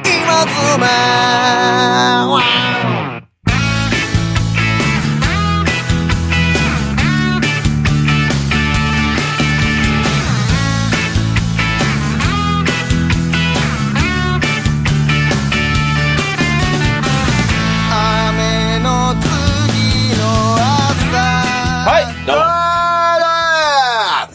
妻雨の次の朝はいどうもあ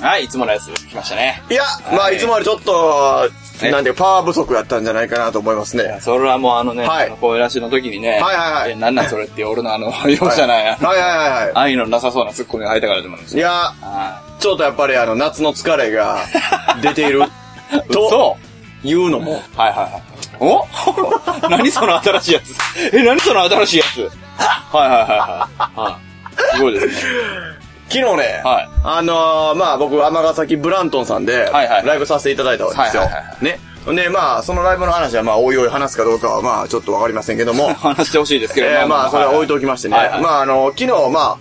らはい、いつものやつ来ましたね。いや、まあ、はいいつもよりちょっと、ねなんていうか、パワー不足だったんじゃないかなと思いますね。はいそれはもうあのね、はいあの声出しの時にはね、いはいはいえなんなんそれって俺のあの、 容赦ない、あのはいはいは愛のなさそうなツッコミが入ったからでもあるんですい。いよ。や、はちょっとやっぱりあの、夏の疲れが出ているい。と 嘘いうのも、はいはいはい。お 何その新しいやつえ、何その新しいやつはいはいはいはいはい。すごいですね。昨日ね、はいあのーまあ僕、尼崎ブラントンさんで、はいはいライブさせていただいたわけですよはいはいは。ね。で、まあ、そのライブの話は、まあ、おいおい話すかどうかは、まあ、ちょっとわかりませんけども、話してほ しいですけど、えー、まあ、それは置いておきましてね。はいはいまあ、あの、昨日、まあ、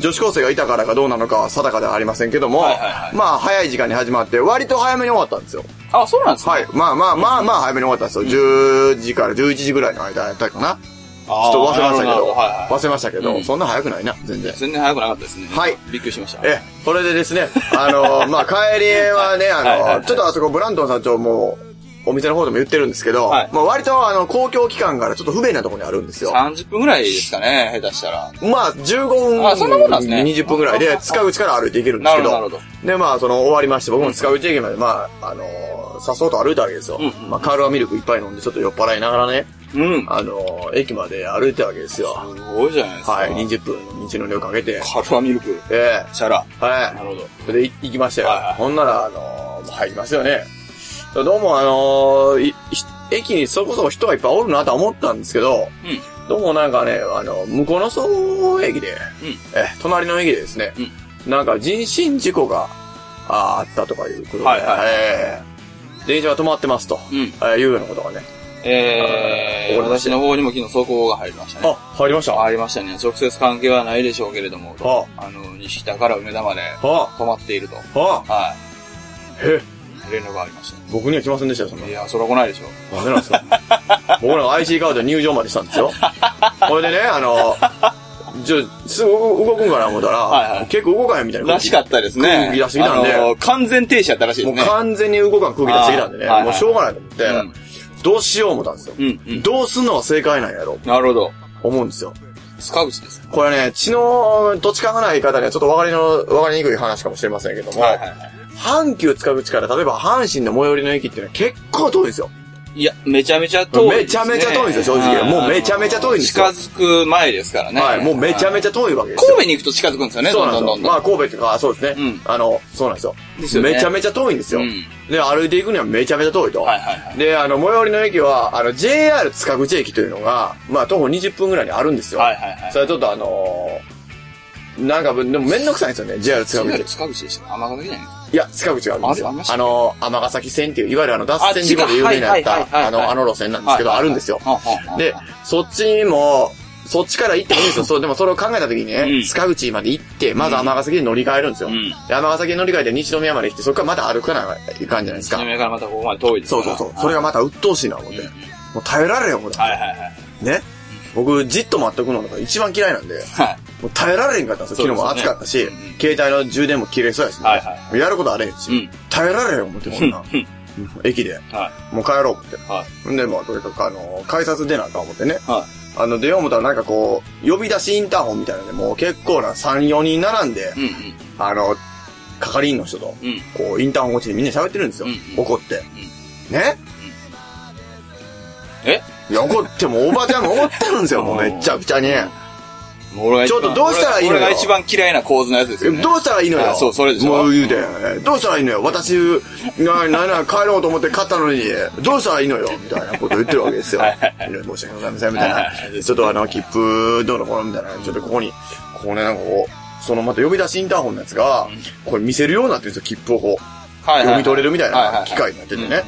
女子高生がいたからかどうなのかは定かではありませんけども、はいはいはいまあ、早い時間に始まって、割と早めに終わったんですよ。あ、そうなんですかはい。まあまあまあまあ、早めに終わったんですよ。10時から11時ぐらいの間やったかな。ちょっと忘れましたけなるほど、なるほはいはい忘れましたけど、うんそんな早くないな、全然。全然早くなかったですね。はいびっくりしました。え、それでですね、 あの、まあ、帰りはね、あの、はいはいはいちょっとあそこ、ブラントン社長も、お店の方でも言ってるんですけど、はいまあ割とあの、公共機関からちょっと不便なところにあるんですよ。 30分ぐらいですかね、下手したら。まあ、15分、あそんなもんなんですね20分ぐらいで、塚口から歩いていけるんですけど、なるほどなるで、まあ、その、終わりまして、僕も塚口駅まで、まあ、あのー、さっそうと歩いたわけですよ。んうんまあ、カールはミルクいっぱい飲んで、ちょっと酔っ払いながらね、うん。あのー、駅まで歩いたわけですよ。すごいじゃないですか。はい、20分、道のりをかけて、カルアミルク。えシャラ。えはい。なるほど。それでい行きましたよ。はいはいほんなら、あのー入りますよね。どうも、あのーいひ駅にそこそこ人がいっぱいおるなとは思ったんですけど、うどうもなんかね、あの、向こうの総駅で、うんえ、隣の駅でですね、なんか人身事故があーあったとかいうことで、はいはいえー電車が止まってますと、うんえーいうようなことがね。えあーー、わかりまし私の方にも昨日走行が入りましたね。あ、入りました。入りましたね。直接関係はないでしょうけれども、ああの、西北から梅田まであ、止まっていると。あ、はえ、い。連絡がありました僕には来ませんでしたよ、そんなね。い。や、それは来ないでしょう。なんでなんです か僕なんか IC カード入場までしたんですよ。これでね、あの、じゃあすぐ動くんかな思ったら、はいはい結構動かへんみたいな。らしかったですね。空気出しすぎたんであの完全停止やったらしいでもうすね。完全に動かん空気出してきたんでね、あーはいはいもうしょうがないと思って、うんどうしよう思ったんですよ。うんうんどうすんのが正解なんやろ、なるほど。思うんですよ。塚口ですね。これね、血の土地勘がない方にはちょっと分かりの、分かりにくい話かもしれませんけども、はいはいは阪急塚口から例えば阪神の最寄りの駅っていうのは結構遠いんですよ。い。いや、めちゃめちゃ遠いですね。めちゃめちゃ遠いですよ正直はいもうめちゃめちゃ遠いんですよ近づく前ですからね。はい、もうめちゃめちちゃ遠いわけですよ。神戸に行くと近づくんですよね、そうどんなんでどすよんど。んどん。まあ神戸とか、そうですね。うんあの、そうなんですよ。ですよねめちゃめちゃ遠いんですよ、うんで、歩いていくにはめちゃめちゃ遠いと。はいはいはで、あの、最寄りの駅は、あの、JR 塚口駅というのが、まあ、徒歩20分ぐらいにあるんですよ。はいはいはいそれはちょっとあのーなんか、でもめんどくさいんですよね、JR 塚口違う。塚口でした。甘崎じゃないいや、塚口があるんですあありまよし。たあのー、尼崎線っていう、いわゆるあの、脱線事故で有名になっあ違うはいはいはいた、はいあの、あの路線なんですけど、はいあはいはいるんですよ。はあはあで、そっちにも、そっちから行ってもいいん ですよ。そう、でもそれを考えた時にうね、ん塚口まで行って、まず尼崎で乗り換えるんですよ。うんで、尼崎乗り換えて西宮まで来て、そこからまた歩かないかんじゃないですか。か二。宮からまたここまで遠いですそかうら。そうそう。それがまた鬱陶しいな、思って。もう耐えられんよ、これ。はいはいはいはい。ね。僕、じっと待っとくのが一番嫌いなんで、はい。もう耐えられへんかったんですよ。昨日もそ暑うですよねかったしうんうん、携帯の充電も切れそうやしねはいはい、もうやることあれへんうしん、耐えられへん思って、こんな。駅で。はもう帰ろう思って。い。はい。んで、まあ、とにかく、あの、改札出なあかん思ってね。はあの、出よう思ったらなんかこう、呼び出しインターホンみたいなので、もう結構な3、4人並んでい。、うんあの、係員の人と、うん。うん。こう、インターホン越しにみんな喋ってるんですようんう。ん怒って。ねえいや、怒っても、おばちゃんも怒ってるんですよ、もうめっちゃくちゃに。もう俺が一番ちょっとどうしたらいいのよ俺が一番嫌いな構図のやつですよね。どうしたらいいのよ。あそうそれでしょもう言うて、どうしたらいいのよ。私、な、な、な、帰ろうと思って買ったのに、どうしたらいいのよ。みたいなこと言ってるわけですよ。はいはい申し訳ございません、みたいはいはいはな。ちょっとあの、切符、どうのこうのみたいな。ちょっとここに、ここね、なんかこう、そのまた呼び出しインターホンのやつが、これ見せるようになってるんですよ、切符をこう。はいはい読はいみ取れるみたいはいはいはない機械になっててね。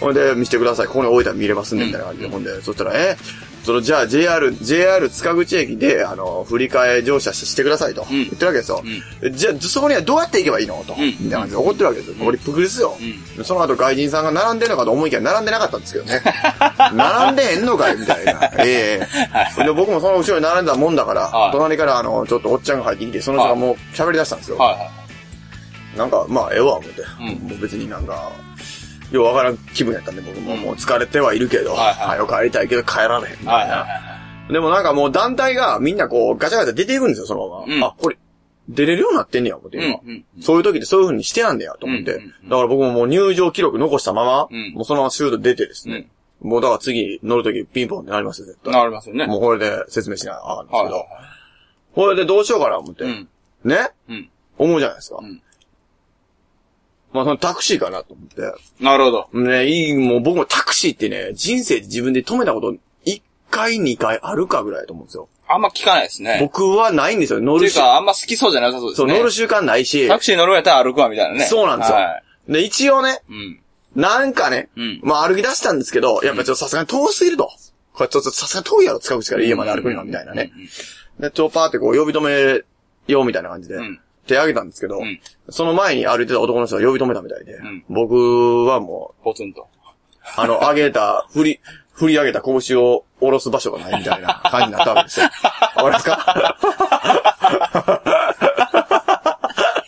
ほんで、見せてください。ここに置いたら見れますんで、みたいな感じで。ほんで、そしたら、えその、じゃあ JR、JR 塚口駅で、あの、振り替え乗車してくださいと。ん言ってるわけですよ。じゃあ、そこにはどうやって行けばいいのと。んみたいな感じで怒ってるわけですよ。これ、プクですよ。その後、外人さんが並んでるのかと思いきや、並んでなかったんですけど ね。並んでへんのかいみたいな。ええで、僕もその後ろに並んだもんだからは、い隣から、あの、ちょっとおっちゃんが入ってきて、その人がもう喋り出したんですよ。はいはい。なんか、まあ、ええわ、思って。うんもう別になんか、ようわからん気分やったんで、僕も、もう疲れてはいるけど、はいはい早く帰りたいけど帰られへんみたいな。はいはいはでもなんかもう団体がみんなこう、ガチャガチャ出ていくんですよ、そのまま。うんあ、これ、出れるようになってんねや、思って今。うんうんそういう時ってそういう風にしてやんねや、と思って。うんうんうんだから僕ももう入場記録残したまま、うんもうそのままシュート出てですね。もうだから次乗る時ピンポンってなりますよ、絶い。対。なりますよね。もうこれで説明しないあかんですはいけど。はいこれでどうしようかな、思って。うんねうん。思うじゃないですか。んまあ、そのタクシーかなと思って。なるほど。ね、いい、もう僕もタクシーってね、人生で自分で止めたこと、1回、2回あるかぐらいだと思うんですよ。あんま聞かないですね。僕はないんですよ。乗ってるいうし、か、あんま好きそうじゃなさそうでそすう、ね。乗る習慣ないし、タクシー乗るんやったら歩くわ、みたいなね。そうなんですよはい。で、一応ね、うん。なんかね、うんまあ歩き出したんですけど、やっぱちょっとさすがに遠すぎると。これちょっとさすがに遠いやろ、使う口から家まで歩くには、みたいなね。で、ちょ、パーってこう、呼び止めようみたいな感じで、うん手挙げたんですけど、んその前に歩いてた男の人が呼び止めたみたいで、ん僕はもう、ポツンと。あの、上げた、振り、 振り上げた拳を下ろす場所がないみたいな感じになったわけ ですよ。あれですか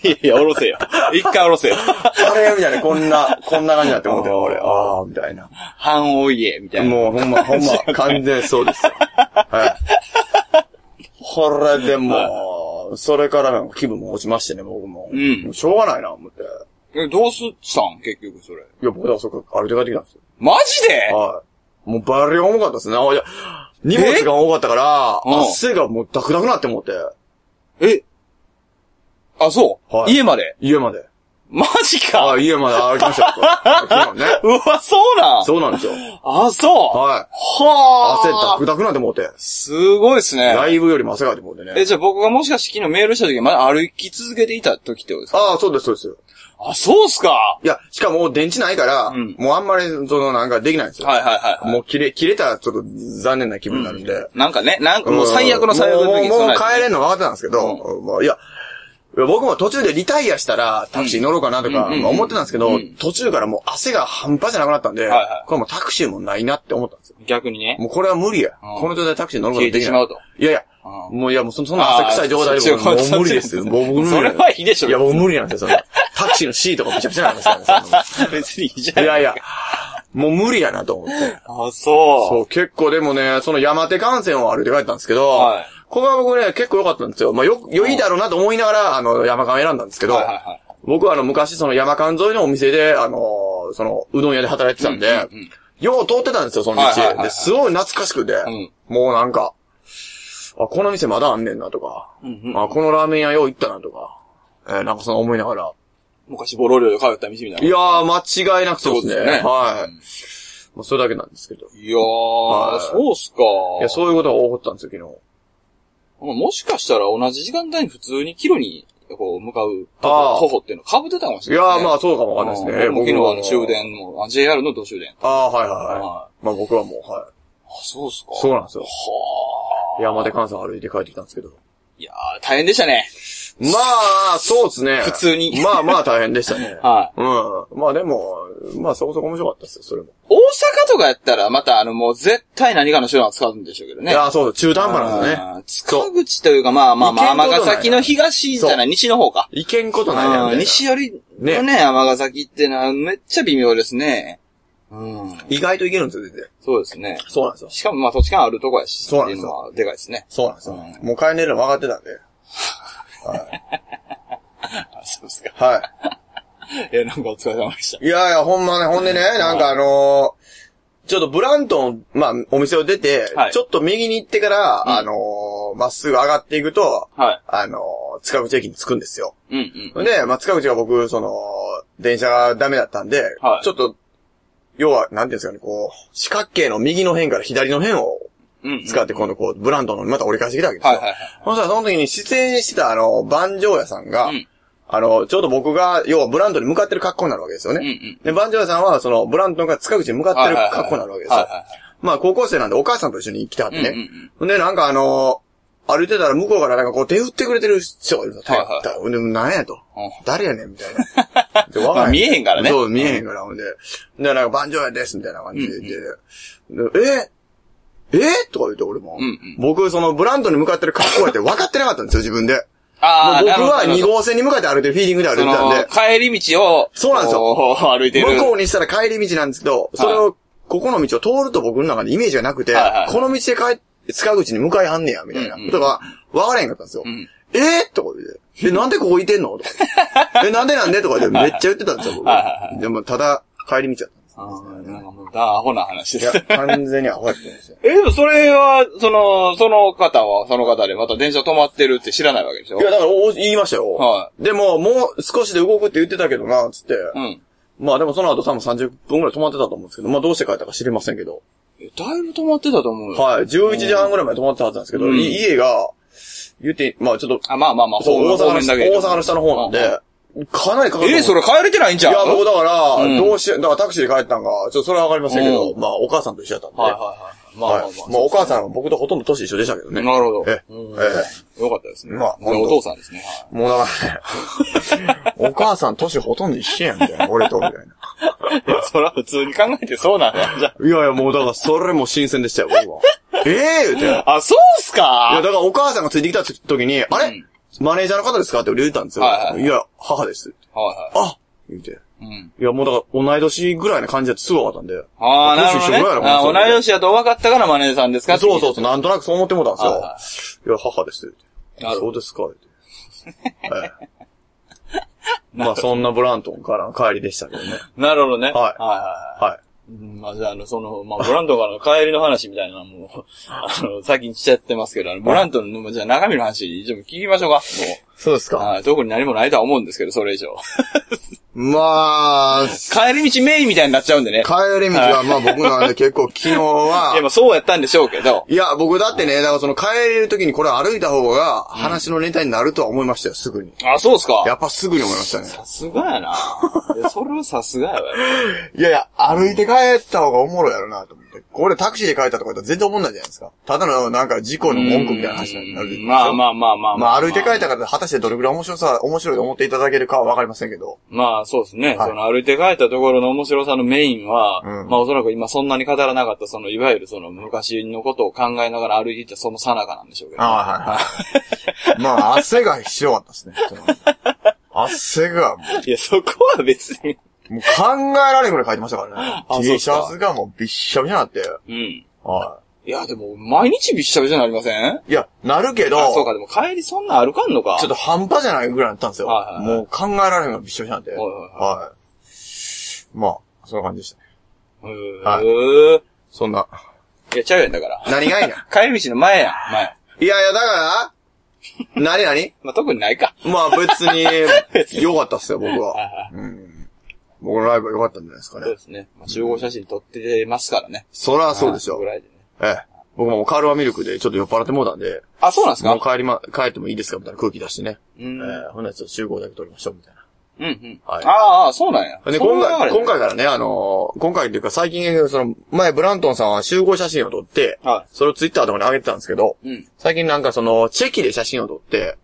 いやいや、おろ せよ。一回おろせよ。あれみたいな、こんな、こんな感じになって思って、俺、ああ、みたいな。半多いえ、みたいな。もう、ほんま、ほん ま、完全にそうですよ。はい。これでもう、それからなんか気分も落ちましてね、僕も。うんもしょうがないな、思って。いえ、どうすったん結局それ。や、僕はそこから歩いて帰ってきたんですよ。マジではい。もうバリ重かったですね。あいや荷物が多かったから、うん汗がもうダクダクなって思って、えあ、そう、はい家まで。家まで。マジあか家まで歩きましたよ。昨日ね。 うわ、そうなんそうなんですよ。あ、そうはい。は汗あダクダクなんて思うて。すごいですラね。イブよりも汗が出てもうてえ、ね。じゃあ僕がもしかして昨日メールした時、まだ歩き続けていた時ってことですかああ、そうです、そうです。あ、そうっすかはいや、しかも電池ないから、んもうあんまり、その、なんかできないんですよ。いはいはいはい。もう切れ、切れたらちょっと残念な気分になるんで。なんかね、なんかんもう最悪の最悪の時にもうもうもう備えてね帰れんの分かってたんですけど、もういや、いや僕も途中でリタイアしたらタクシー乗ろうかなとかうんまあ思ってたんですけど、うん途中からもう汗が半端じゃなくなったんで、はいはいこれもうタクシーもないなって思ったんですよ。逆にね。もうこれは無理や。うんこの状態でタクシーに乗ること消えでてきしなま。いうと。いやいや、うもういや、もうそそんな汗臭い状態であー僕もそっちう無理でそっちすよ。もう僕無理それはいいでしょいや、僕無理なんですよ、そ れタクシーのシートがめちゃくちゃなんですからね別にいいじそゃんん。なの。いやいや、もう無理やなと思って。あ、そそう、結構でもね、その山手幹線を歩いて帰ったんですけど、はいここは僕ね、結構良かったんですよ。まあ、よ、良いだろうなと思いながら、あの、山間選んだんですけう。ど、はいはいはい。僕はあの、昔その山間沿いのお店で、あのーその、うどん屋で働いてたんで、よう通ってたんですよ、その道。はいはいはいはいですごい懐かしくて、んもうなんか、あ、この店まだあんねんなとか、んうあ、このラーメン屋よう行ったなとか、えーなんかその思いながら。昔ボロ寮で通った道みたいな。いやー、間違いなくそうですね。そうですねはい。まあ、それだけなんですけど。いいやー、はいそうっすか。や、そういうことが起こったんですよ、昨日。もしかしたら同じ時間帯に普通に帰路に、こう、向かう、徒あー歩徒歩っていうの被ってたかもしいれない、やね。ー、まあ、あそうかもわかんないですね。僕僕もは昨日あの終。電の、あ JR の土終電。あ、ああ、はいはいは。はいまあ僕はもう、はい。そうっすか。そうはなんですよ。山手関西歩いて帰ってきたんですけど。ー。いやー、大変でしたね。まあ、そうですね。普通に。まあまあ大変でしたね はい。うん。まあでも、まあそこそこ面白かったですよ、それも。大阪とかやったら、またあの、もう絶対何かの手段を使うんでしょうけどいね。や、そう、中途半端なんですね。あー塚口というか、まあまあまあ、行けんことない尼崎の東じゃない、西の方か。いけんことないあやーん。西寄りのね、ね尼崎ってのはめっちゃ微妙ですね。うん。意外といけるんですよ、全然。そうですね。そうなんですよ。しかもまあ土地勘あるとこやし、そうなんってでいすうよのはでかいですね。そうなんですよ。うもう帰れるの分かってたんで。あそうですか。はい。いや、なんかお疲れ様でした。いやいや、ほんまね、ほんでね、なんかあのーちょっとブラントン、まあ、お店を出て、はいちょっと右に行ってから、あのーまっすぐ上がっていくと、はい。あのー塚口駅に着くんですよ。うんうん。で、まあ、塚口が僕、その、電車がダメだったんで、はいちょっと、要は、なんていうんですかね、こう、四角形の右の辺から左の辺をうん、うん。使って、今度こう、ブランドンのまた折り返してきたわけですよ。はいはいはいそしたら、その時に出演してた、あの、番長屋さんが、うんあの、ちょうど僕が、要はブラントに向かってる格好になるわけですよね。うんうんで、バンジョーさんは、その、ブラントが塚口に向かってる格好になるわけですよ。はいはいはいまあ、高校生なんでお母さんと一緒に来てはってね。うんうんほんで、なんかあのー歩いてたら向こうからなんかこう手振ってくれてる人がいるの。手振ったらほんで、なんやとうん。誰やねんみたい な。でわまあ見えへんからねそう、見えへんから。ほんで、で、なんか、バンジョーやですみたいな感じで。でええとか言って、俺も。うんうん僕、その、ブランドに向かってる格好やって分かってなかったんですよ、自分で。もうああ、僕なるほどはなるほ2ど号線に向かって歩いてるフィーリングで歩いてたんで。その、帰り道を、そうなんですよこう歩いてる。向こうにしたら帰り道なんですけど、それはを、ここの道を通ると僕の中でイメージがなくて、はいはいこの道で帰って、塚口に向かいはんねや、みたいなうんうんことが、分からへんかったんですよ。んえーってこと で。え、なんでここいてんのとか言って。え、なんでなんでとか言ってめっちゃ言ってたんですよ、 はいはいは僕。でも、ただ、帰り道だったあーなんかもう、だアホな話で んですす。よ。いや、完全にアホやったんですよ。え、でもそれは、その、その方は、その方でまた電車止まってるって知らないわけでしょいや、だから、お言いましたよ。はでも、もう少しで動くって言ってたけどな、つって。うん。まあでもその後多分30分くらい止まってたと思うんですけど、まあどうして帰ったか知りませんけど。えだいぶ止まってたと思うよ。はい。11時半ぐらいまで泊まってたはずなんですけど、うんい家が、言って、まあちょっと、あ、まあまあまあ、そう、大方阪面の、だけど大阪の下の方なんで、かなりかかると思う。えー、それ帰れてないんちいゃうや、僕だから、うんどうしよう、だからタクシーで帰ったんが、ちょっとそれはわかりませんけど、うまあお母さんと一緒だったんで。はいはいはい。まあまあまあはい。まあお母さんは僕とほとんど年一緒でしたけどね。なるほど。えうんえよかったですね。まあお父さんですね。もうだ からね、お母さん年ほとんど一緒やん、みたいな。俺と、みたいな。はい それは普通に考えてそうなんだ。じゃいやいや、もうだから、それも新鮮でしたよ、僕は。 ええ言うて。いや、あ、あそうっすだかからお母さんがついてきた時に、あれマネージャーの方ですかって俺言ったんですよ。はいはいはいいや、母です。はあ言うて。いはい。うん。いや、もうだから、同い年ぐらいな感じだってすぐ分かったんで。ああ、なるほどね。年一緒ぐらいのあ話同い年だと分かったからマネージャーさんですかって聞そいうそうそう、なんとなくそう思ってもうたんですよ。はいいはや、母ですって言なって。るそほうですか 言って。はいまあ、そんなブラントンからの帰りでしたけどね。なるほどね。ははいいはい。はうんまあ、じゃあ、あの、その、まあ、ブラントからの帰りの話みたいなのも、 あの、先にしちゃってますけど、あの、ブラントの、じゃあ中身の話、一応聞きましょうか。い。そうですもう、。はい、特に何もないとは思うんですけど、それ以上。 まあ、帰り道メインみたいになっちゃうんでね。帰り道は、まあ僕なんで結構昨日は、 いや、まあ、そうやったんでしょうけど。いや、僕だってね、だからその帰れる時にこれ歩いた方が話のネタになるとは思いましたよ、すぐに。あ、そうっすやか。っぱすぐに思いましたね。さすがやな。いやそれはさすがやわ。いやいや、歩いて帰った方がおもろいやろなと思って。これタクシーで帰ったとか言ったら全然おもんないじゃないですか。ただのなんか事故の文句みたいな話になるでしょ。まあまあまあまあまあ歩いて帰ったから果たしてどれぐらい面白さ、面白いと思っていただけるかはわかりませんけど。まあそうですね。はいその歩いて帰ったところの面白さのメインは、うんまあおそらく今そんなに語らなかった、そのいわゆるその昔のことを考えながら歩いていったその最中なんでしょうけど。あはい はい。まあ汗がひどかったですね。汗がもいや、そこは別に。う、もう考えられんぐらい書いてましたからねあ。そうっすか T シャツがもうびっしゃびしゃになって。うん。はいや、でも毎日びっしゃびしゃになりませんい。いや、なるけど、あ、そうか、でも帰りそんな歩かんのか。ちょっと半端じゃないぐらいだったんですよ。はいはいはいもう考えられへんのびっしょびしょなんて。はいはいはいまあ、そんな感じでしたね。へはいー。そんな。いや、ちゃうやんだから。何がいいな帰り道の前やん、前。 いやいや、だから、何何まあ特にないか。まあ別 に、良かったっすよ、僕は。うん。僕のライブは良かったんじゃないですかそうねで。すね。まあ、集合写真撮ってますからね。そらそうですよぐ。らいでね。ええ。僕もカールはミルクでちょっと酔っ払ってもうたんで、あ、そうなんですもうか帰りま、帰ってもいいですかみたいな空気出してね。うえん。うんえ、ほんならちょっと集合だけ撮りましょう、みたいな。うん。はいああ、そうなんや。で、そういう今流回、れなんや今回からね、あのー今回っていうか最近、その、前ブラントンさんは集合写真を撮って、はそれをツイッターとかに上げてたんですけど、い。うん。最近なんかその、チェキで写真を撮って、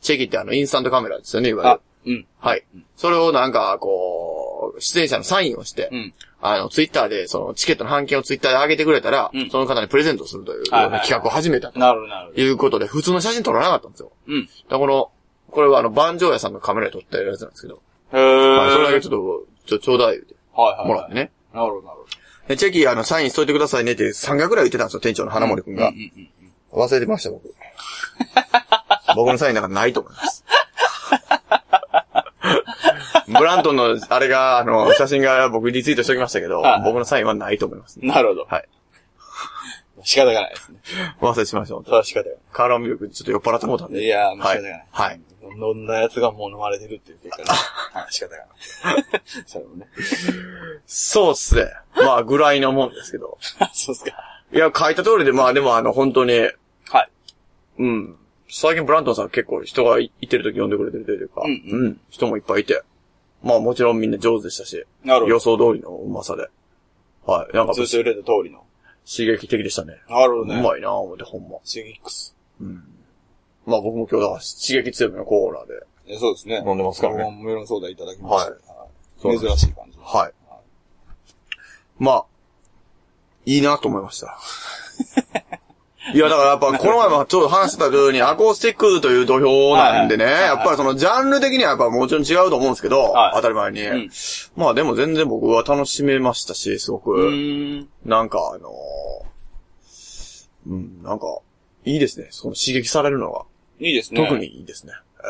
チェキってあの、インスタントカメラですよね、いわゆある。、うん。はい。それをなんか、こう、出演者のサインをして、うん。あの、ツイッターで、その、チケットの半券をツイッターで上げてくれたら、うんその方にプレゼントするというようはいはいはない企画を始めたとなるほど、なるほど。いうことで、普通の写真撮らなかったんですよ。うん。だからこの、これはあの、バンジョー屋さんのカメラで撮ったやつなんですけど、へーはいそれだけちょっと、ちょ、ちょうだい、ってはいはい。もらって。ね。なるほど、なるほど。でチェキ、あの、サインしといてくださいねって3回ぐらい言ってたんですよ、店長の花森くんが。忘れてました、僕。 僕のサインなんかないと思います。 ブラントンの、あれが、あの、写真が僕リツイートしておきましたけどはい、僕のサインはないと思います、なるほど。はい。 仕方がないですね。忘れしましょう。それは仕方がカーラーミルクちょっと酔っ払ってもうたんなで。い。いやー、もう仕は方いがない。。はい。飲んだやつがもう飲まれてるっていう結 果ね。はい、仕方がない。 それもね。そうっすね。まあ、ぐらいのもんですけど。そうっすか。いや、書いた通りで、まあ、でも、あの、本当に、はい。うん。最近ブラントンさん結構人がいいてる時呼んでくれてるというか、うんうん、人もいっぱいいて。まあもちろんみんな上手でしたし、なるほ予ど。想通りのうまさで。はい。なんか通刺常言われた通りの。激的でしたね。なるほどうね。まいなぁ思って、ほんま。シギックス。まあ僕も今日だから刺激強めのコーラで。えそうですね。飲んでますからね僕もメロンソーダいただきました。ははい珍しい感じ。はい。まあ、いいなと思いま した。いや、だからやっぱ、この前もちょうど話してたように、アコースティックという土俵なんでね、はいはいやっぱりそのジャンル的にはやっぱもちろん違うと思うんですけど、はい当たり前に、んまあでも全然僕は楽しめましたし、すごうく、ーん。なんかあのーうん、なんか、いいですね。その刺激されるのが、いいですね。特に。いいですね。え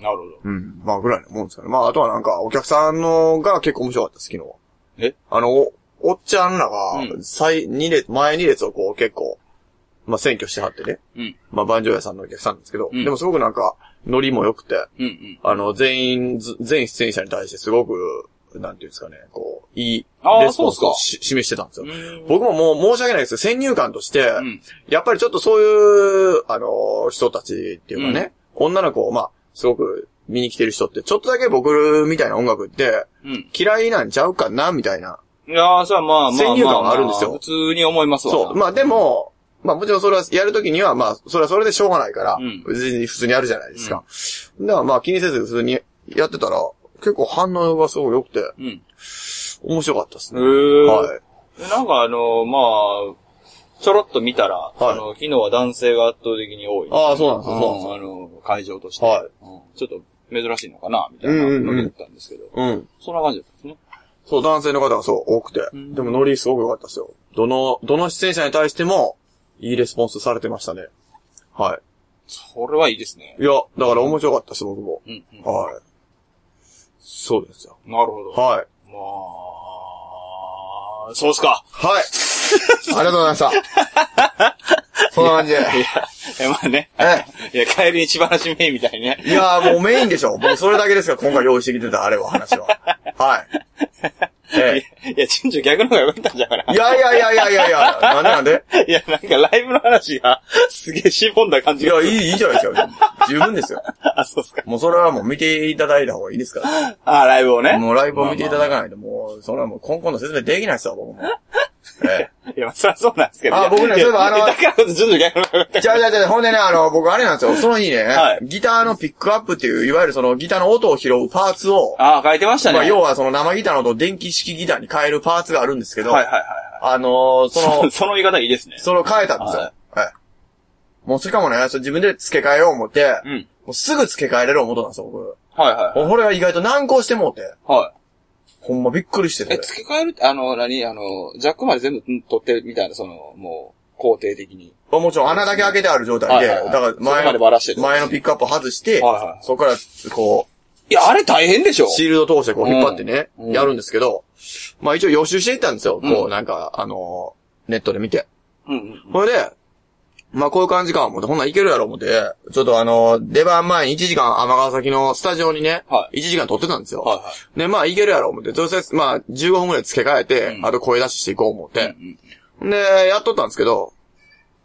えなるほど。うん。まあ、ぐらいのもんですかね。まあ、あとはなんか、お客さんのが結構面白かったです、昨日は。えあの、お、おっちゃんらがう、ん最、二列、前二列をこう結構、まあ、選挙してはってね。うん。まあ、万丈屋さんのお客さんなんですけど、うんでもすごくなんか、ノリも良くて、うんうん。あの、全員ず、全出演者に対してすごく、なんていうんですかね、こう、いいあーレスポンスそうっをすしか示してたんですよう。ん僕ももう申し訳ないですけど、先入観として、んやっぱりちょっとそういう、あのー人たちっていうかね、女の子を、まあ、すごく見に来てる人って、ちょっとだけ僕みたいな音楽って、うん。嫌いなんちゃうかな、みたいな。いやー、それはまあまあまあ。先入観はあるんですよ普通に思いますわ。そう。まあでも、まあもちろんそれはやるときには、まあ、それはそれでしょうがないから、うん別に普通にやるじゃないですか。だからまあ気にせず普通にやってたら、結構反応がすごく良くて、うん。へ面白かったですえね。はい。なんかあの、まあ、ちょろっと見たら、あの、昨日は男性が圧倒的に多い。ああ、そうなんですよ、そうなんですうんよあの、会場として。はいうんちょっと珍しいのかな、みたいなのだったんですけど。うん。そんな感じだったんですね。そう、男性の方がそう、多くて。うんでもノリすごく良かったですよ。どの、どの出演者に対しても、いいレスポンスされてましたね。はそれはいいですねい。。いや、だから面白かったし、僕も。うん、うん。はい。そうですよ。なるほど。はい。まあ、そうっすか。はい。 ありがとうございました。 そんな感じで。いや、えまあね。えいや、帰りに血話めいみたいにね。えいやーもうメインでしょ。もうそれだけですが、今回用意してきてた、あれは、話は。はい。えいや、ちんちゅう逆の方が良かったんじゃうかなえ。いやいやいやいやいやいや、なんでなんでいや、なんかライブの話が、すげえしぼんだ感いじがや、いい、いいじゃないですか。十分ですよ。あ、そうっすか。もうそれはもう見ていただいた方がいいですから。 あ、ライブをね。もうライブを見ていただかないと、もう、それはもう、今後の説明できないですよ、僕も。 えいや、まあ、そりゃそうなんですけど。あ僕ねいやそういえばあのいやだからこそ、ちょっと逆の方が良かっえ。じゃあじゃあじゃあ、ほんでね、あの、僕あれなんですよ、その日ね、はいギターのピックアップっていう、いわゆるそのギターの音を拾うパーツを、た。あ、書いてましたね。まあ、要ははその生ギターの音を電気式ギターに変えるパーツがあるんですけいど、はいはいあのーそはのい。、 その言い方いいですね。その変えたんですよ。ははい。もうしかもね、それ自分で付け替えよう思って、うん。もうすぐ付け替えれる思ったんですよ、僕。はいはいはい。これが意外と難航してもうて、はほんまびっくりしてい。えて、。付け替えるって、あの、何あの、ジャックまで全部ん取ってるみたいな、その、もう、肯定的に。まあもちろん穴だけ開けてある状態で、はいはいはいだからそこ前までバラしてる前のピックアップを外して、はいはいそこからこいや、あれ大変でしょう、シールド通してこう引っ張ってね、うんやるんですけど、まあ一応予習していったんですよ。こううなんか、あのーネットで見て。うんうん。それで、まあこういう感じか思って、ほんなんいけるやろ思って、ちょっとあのー出番前に1時間天川崎のスタジオにね、は1時間撮ってたんですよ。はいはで、まあいけるやろ思って、とりあえずまあ15分くらい付け替えて、うんあと声出ししていこう思って、い。うんうんで、やっとったんですけど、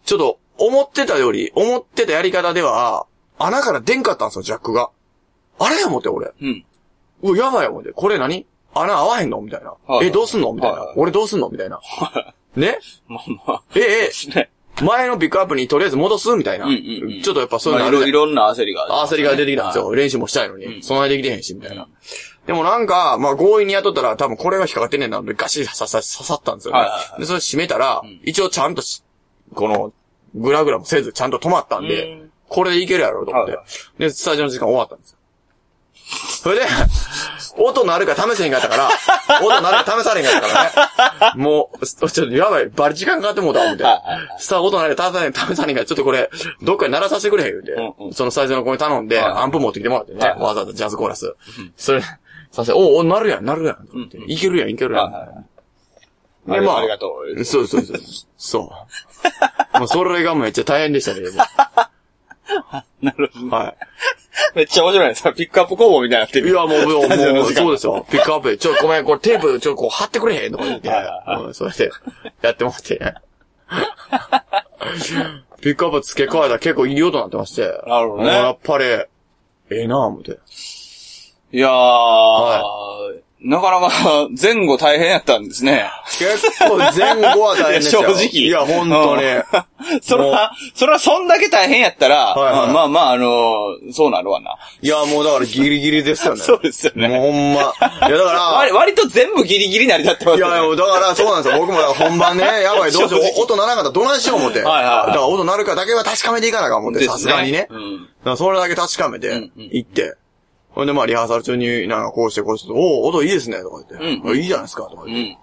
ちょっと、思ってたより、思ってたやり方では、穴から出んかったんですよ、ジャックが。あれや思って、俺。うん。うわ、やばい思って。これ何穴合わへんのみたいな。はいえ、どうすんのみたいな。はいはい俺どうすんのみたいな。ねまあまあ。え、えで、すね。前のピックアップにとりあえず戻すみたいな。うんうんうんちょっとやっぱそういうまのああるじいろゃんいろんな焦りがある。焦りが出てきたんですはよ。練習もしたいのに。ん備えできてへんし、みたいうんな。でもなんか、まあ強引にやっとったら多分これが引っかかってんねんなのでガシッ刺さ刺さったんですよねはいはいは。いで、それ締めたらん、一応ちゃんとし、この、グラグラもせずちゃんと止まったんうでん、これでいけるやろうと思っはいては。で、スタジオの時間終わったんですよ。それで、 音鳴るか試せへんかった から、音鳴るか試されへんかったからね。もう、ちょっとやばい、バリ時間かかってもうた、みたいはいはいな。さあ、音鳴るか試されへん、試されへんから、ちょっとこれ、どっかに鳴らさせてくれへん、言うて。うんうんその最初の子に頼んで、はいアンプ持ってきてもらってね、はいわざわざジャズコーラス。それ、させ、おうおう、なるやん、なるやん。んうんいけるやん、いけるやはいはいはん。いはい。で、まありがとう。あ、そうそうそう。そう。も うそれがめっちゃ大変でしたね、でも なるほど。はめっちゃ面白いです。ピックアップ工房みたいになってい。いる。や、もう、もう、タジオのもう時間そうですよ。ピックアップで、ちょ、ごめん、これテープ、ちょ、こう貼ってくれへんとか言ってはいは、うんそれで、やってもらって。 ピックアップ付け替えたら結構いい音になってまして。なるほどねあやっぱり、ええなぁ、思って。いやー、なかなか前後大変やったんですね。。結構前後は大変ですよ正直いや、本当に。それは、それはそんだけ大変やったら、はいはいまあまあ、あのーそうなるわな。いや、もうだからギリギリですよね。そうですよねもうほんま。いや、だから割、割と全部ギリギリ成り立ってまいすよ、ね。や、いやだからそうなんですよ。僕もだから本番ね、やばい、どうしよ正直う、音鳴らんかったらどないしよう思って。はいはいはいだから音鳴るかだけは確かめていかなあかん思って、ですさすがにね。うん。だからそれだけ確かめんて、うん行って。ほんで、まあ、リハーサル中に、なんか、こうして、こうして、おお、音いいですね、とか言って。うんいいじゃないですか、とか言ってう。ん。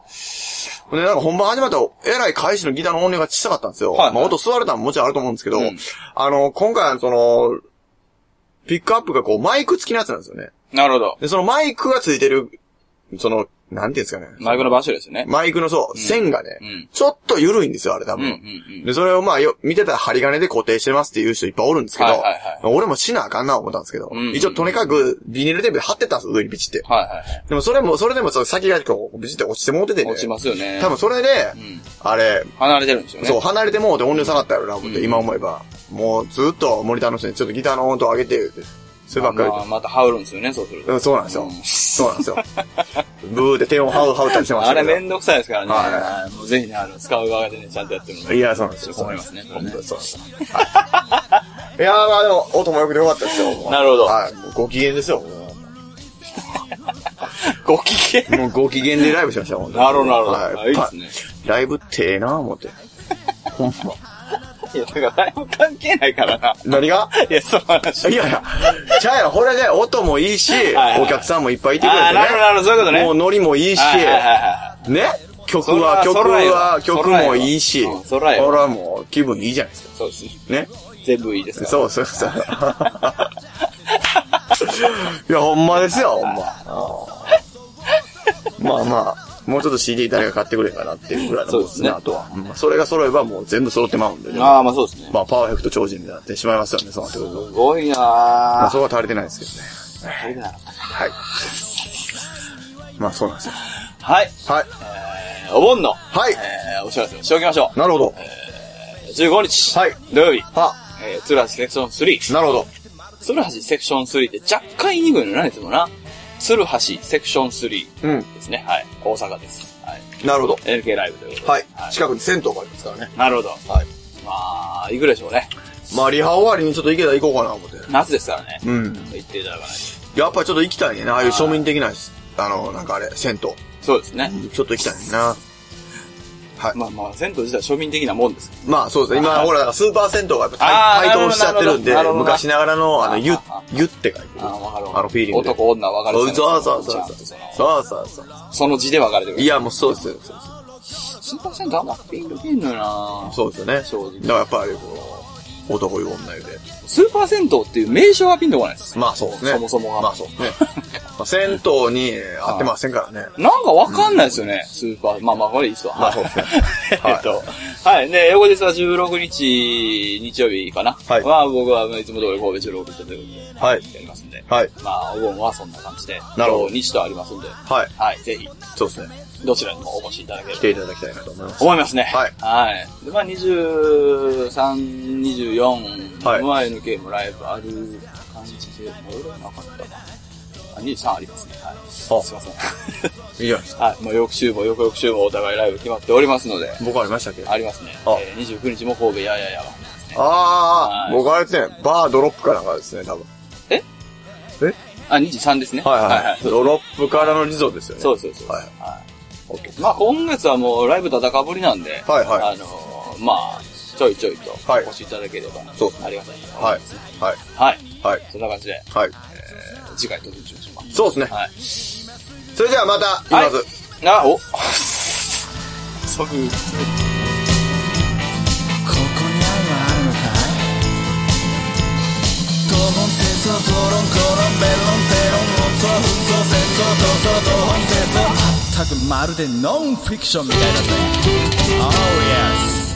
ほんで、なんか本番始まったら、えらい開始のギターの音量が小さかったんですよ。はいはいまあ、音吸われたのももちろんあると思うんですけど、うんあの、今回はその、ピックアップがこう、マイク付きのやつなんですよね。なるほど。で、そのマイクが付いてる、その、なんていうんですかね。マイクの場所ですよね。マイクのそう、線がね、うんちょっと緩いんですよ、あれ多うん分。うんうん。で、それをまあよ、見てたら針金で固定してますっていう人いっぱいおるんですけど、はいはいはい俺もしなあかんな思ったんですけど、うんうん一応とにかくビニールテープで貼ってたんですよ、上にビチって。はいはいはい。でもそれも、それでもその先がこう、ビチって落ちてもうててね。落ちますよね。多分それで、んあれ、離れてるんですよね。そう、離れてもうて音量下がったやろな、思って、うん今思えば。もうずっとモニターの人にちょっとギターの音上げて、言うて。そればっかりまあ、また羽織るんですよね、そうするで。うと。んそうなんですようん。そうなんですよ。 ブーって手をハウハウったりしてましあたれけめど。んどくさいですからね。はいはいもうぜひね、あの、使う側でね、ちゃんとやってもらいや、そうなんですよ。困りますね本当にそうなんですよ。はいいやー、まあでも、音も良くてよかったですよ。なるほどはい。もうご機嫌ですよ。もご機嫌。うもうご機嫌でライブしましたよ、本当になるほど、なるほど。はいあいいですね。ライブってええな思って。ほんま。いや、だから誰も関係ないからな。何が いや、その話。いやいや、ちゃうやん、これで音もいいしはい、お客さんもいっぱいいてくれてああ、ね。なるほど、なるほど、そういうことね。もうノリもいいし、はいはいはいね、は曲そらは、曲そらよは、曲もいいし、そこられよはもう気分いいじゃないですか。い。そうですね。ね。全部いいですから。そうそう そう。いや、ほんまですよ、ほんま。まあまあ、もうちょっと CD 誰が買ってくれんかなっていうぐらいのもんですね、そうあとは。うんそれが揃えばもう全部揃ってまうんでね。ああ、まあそうですね。まあ、パーフェクト超人になってしまいますよね、そうなってくると。すごいなまあ、あそこは足りてないですけどね。足りてなかったはい。まあ、そうなんですよ。はい。はい。えーお盆の、はい。えーお知らせをしておきましょう。なるほど。 15日。はい土曜日。あ、えー、鶴橋セクション3。なるほど。鶴橋セクション3って若干言いにくいのないですもんな。鶴橋セクション3うん。ですね。はい。大阪です。はい。なるほど。 NK ライブということで。はい。近くに銭湯がありますからね。なるほど。はい。まあ、行くでしょうね。まあ、リハ終わりにちょっと行けたら行こうかな、思って。夏ですからね。うん。行っていただかないと。やっぱちょっと行きたいねんな。ああいう庶民的な、あの、なんかあれ、銭そうですね。湯。ちょっと行きたいねんな。はい。まあまあ、銭湯自体は庶民的なもんですけどまあそうですね。今、ほら、スーパー銭湯がやっぱあー台頭しちゃってるんでなるほどなるほど、昔ながらの、あの、ゆああ、ゆって書いてる。ああ、わかるわかる。あのフィーリングで男、女分かれてる。そうそうそうちゃんそとう。そのそうそうそう。その字で分かれてる。い、や、もうそうですよ。スーパーセントあんまピンとけんのよなそうですよね。正直だからやっぱりこう、男湯女湯で。スーパーセントっていう名称はピンとこないです。まあそうですね。そもそもがまあそうですね。まあ銭湯に合ってませんからね。なんかわかんないですよね、スーパー。まあまあ、これいいっすわ。まあそう ですね。 えっと、はい。で、翌日は16日、日曜日かな。はいまあ、僕はまあいつも通り神戸16日ということで、はいやりますんで。はい。まあ、お盆はそんな感じで、なるほど土日とありますんで、はい。はい。ぜひ、そうですね。どちらにもお越しいただければ来ていただきたいなと思います。思いますね。はい。はい。で、まあ、23、24、はい前のゲームライブある感じで、もうなかったな。あ、23ありますね。はい。すいませいん。いじゃないですか。はい。まあ、翌週も、翌々週もお互いライブ決まっておりますので、僕ありましたっけありますね。あえー、29日も神戸やややは。あはあ、い僕あれですね、バードロップかなんかですね、多分。あ、23ですね。はいはいはい。そうドロップからのリゾですよね。そうそうそう。はいはい。まあ、今月はもうライブだだかぶりなんで、はいはいあのーまあ、ちょいちょいと、はいお越しいただければ、そうですねありがたいと思はいいますね。。はい。はい。はい。そんな感じで、はい。えー次回突入しましょうか。そうですね。はい。それではまた、は今いず。あ、お 即。ここにあるのかいドボン戦争ドロンコロンベロンゼロン音不走戦争闘争ドホン戦争まったくまるでノンフィクションみたいだぜ Oh yes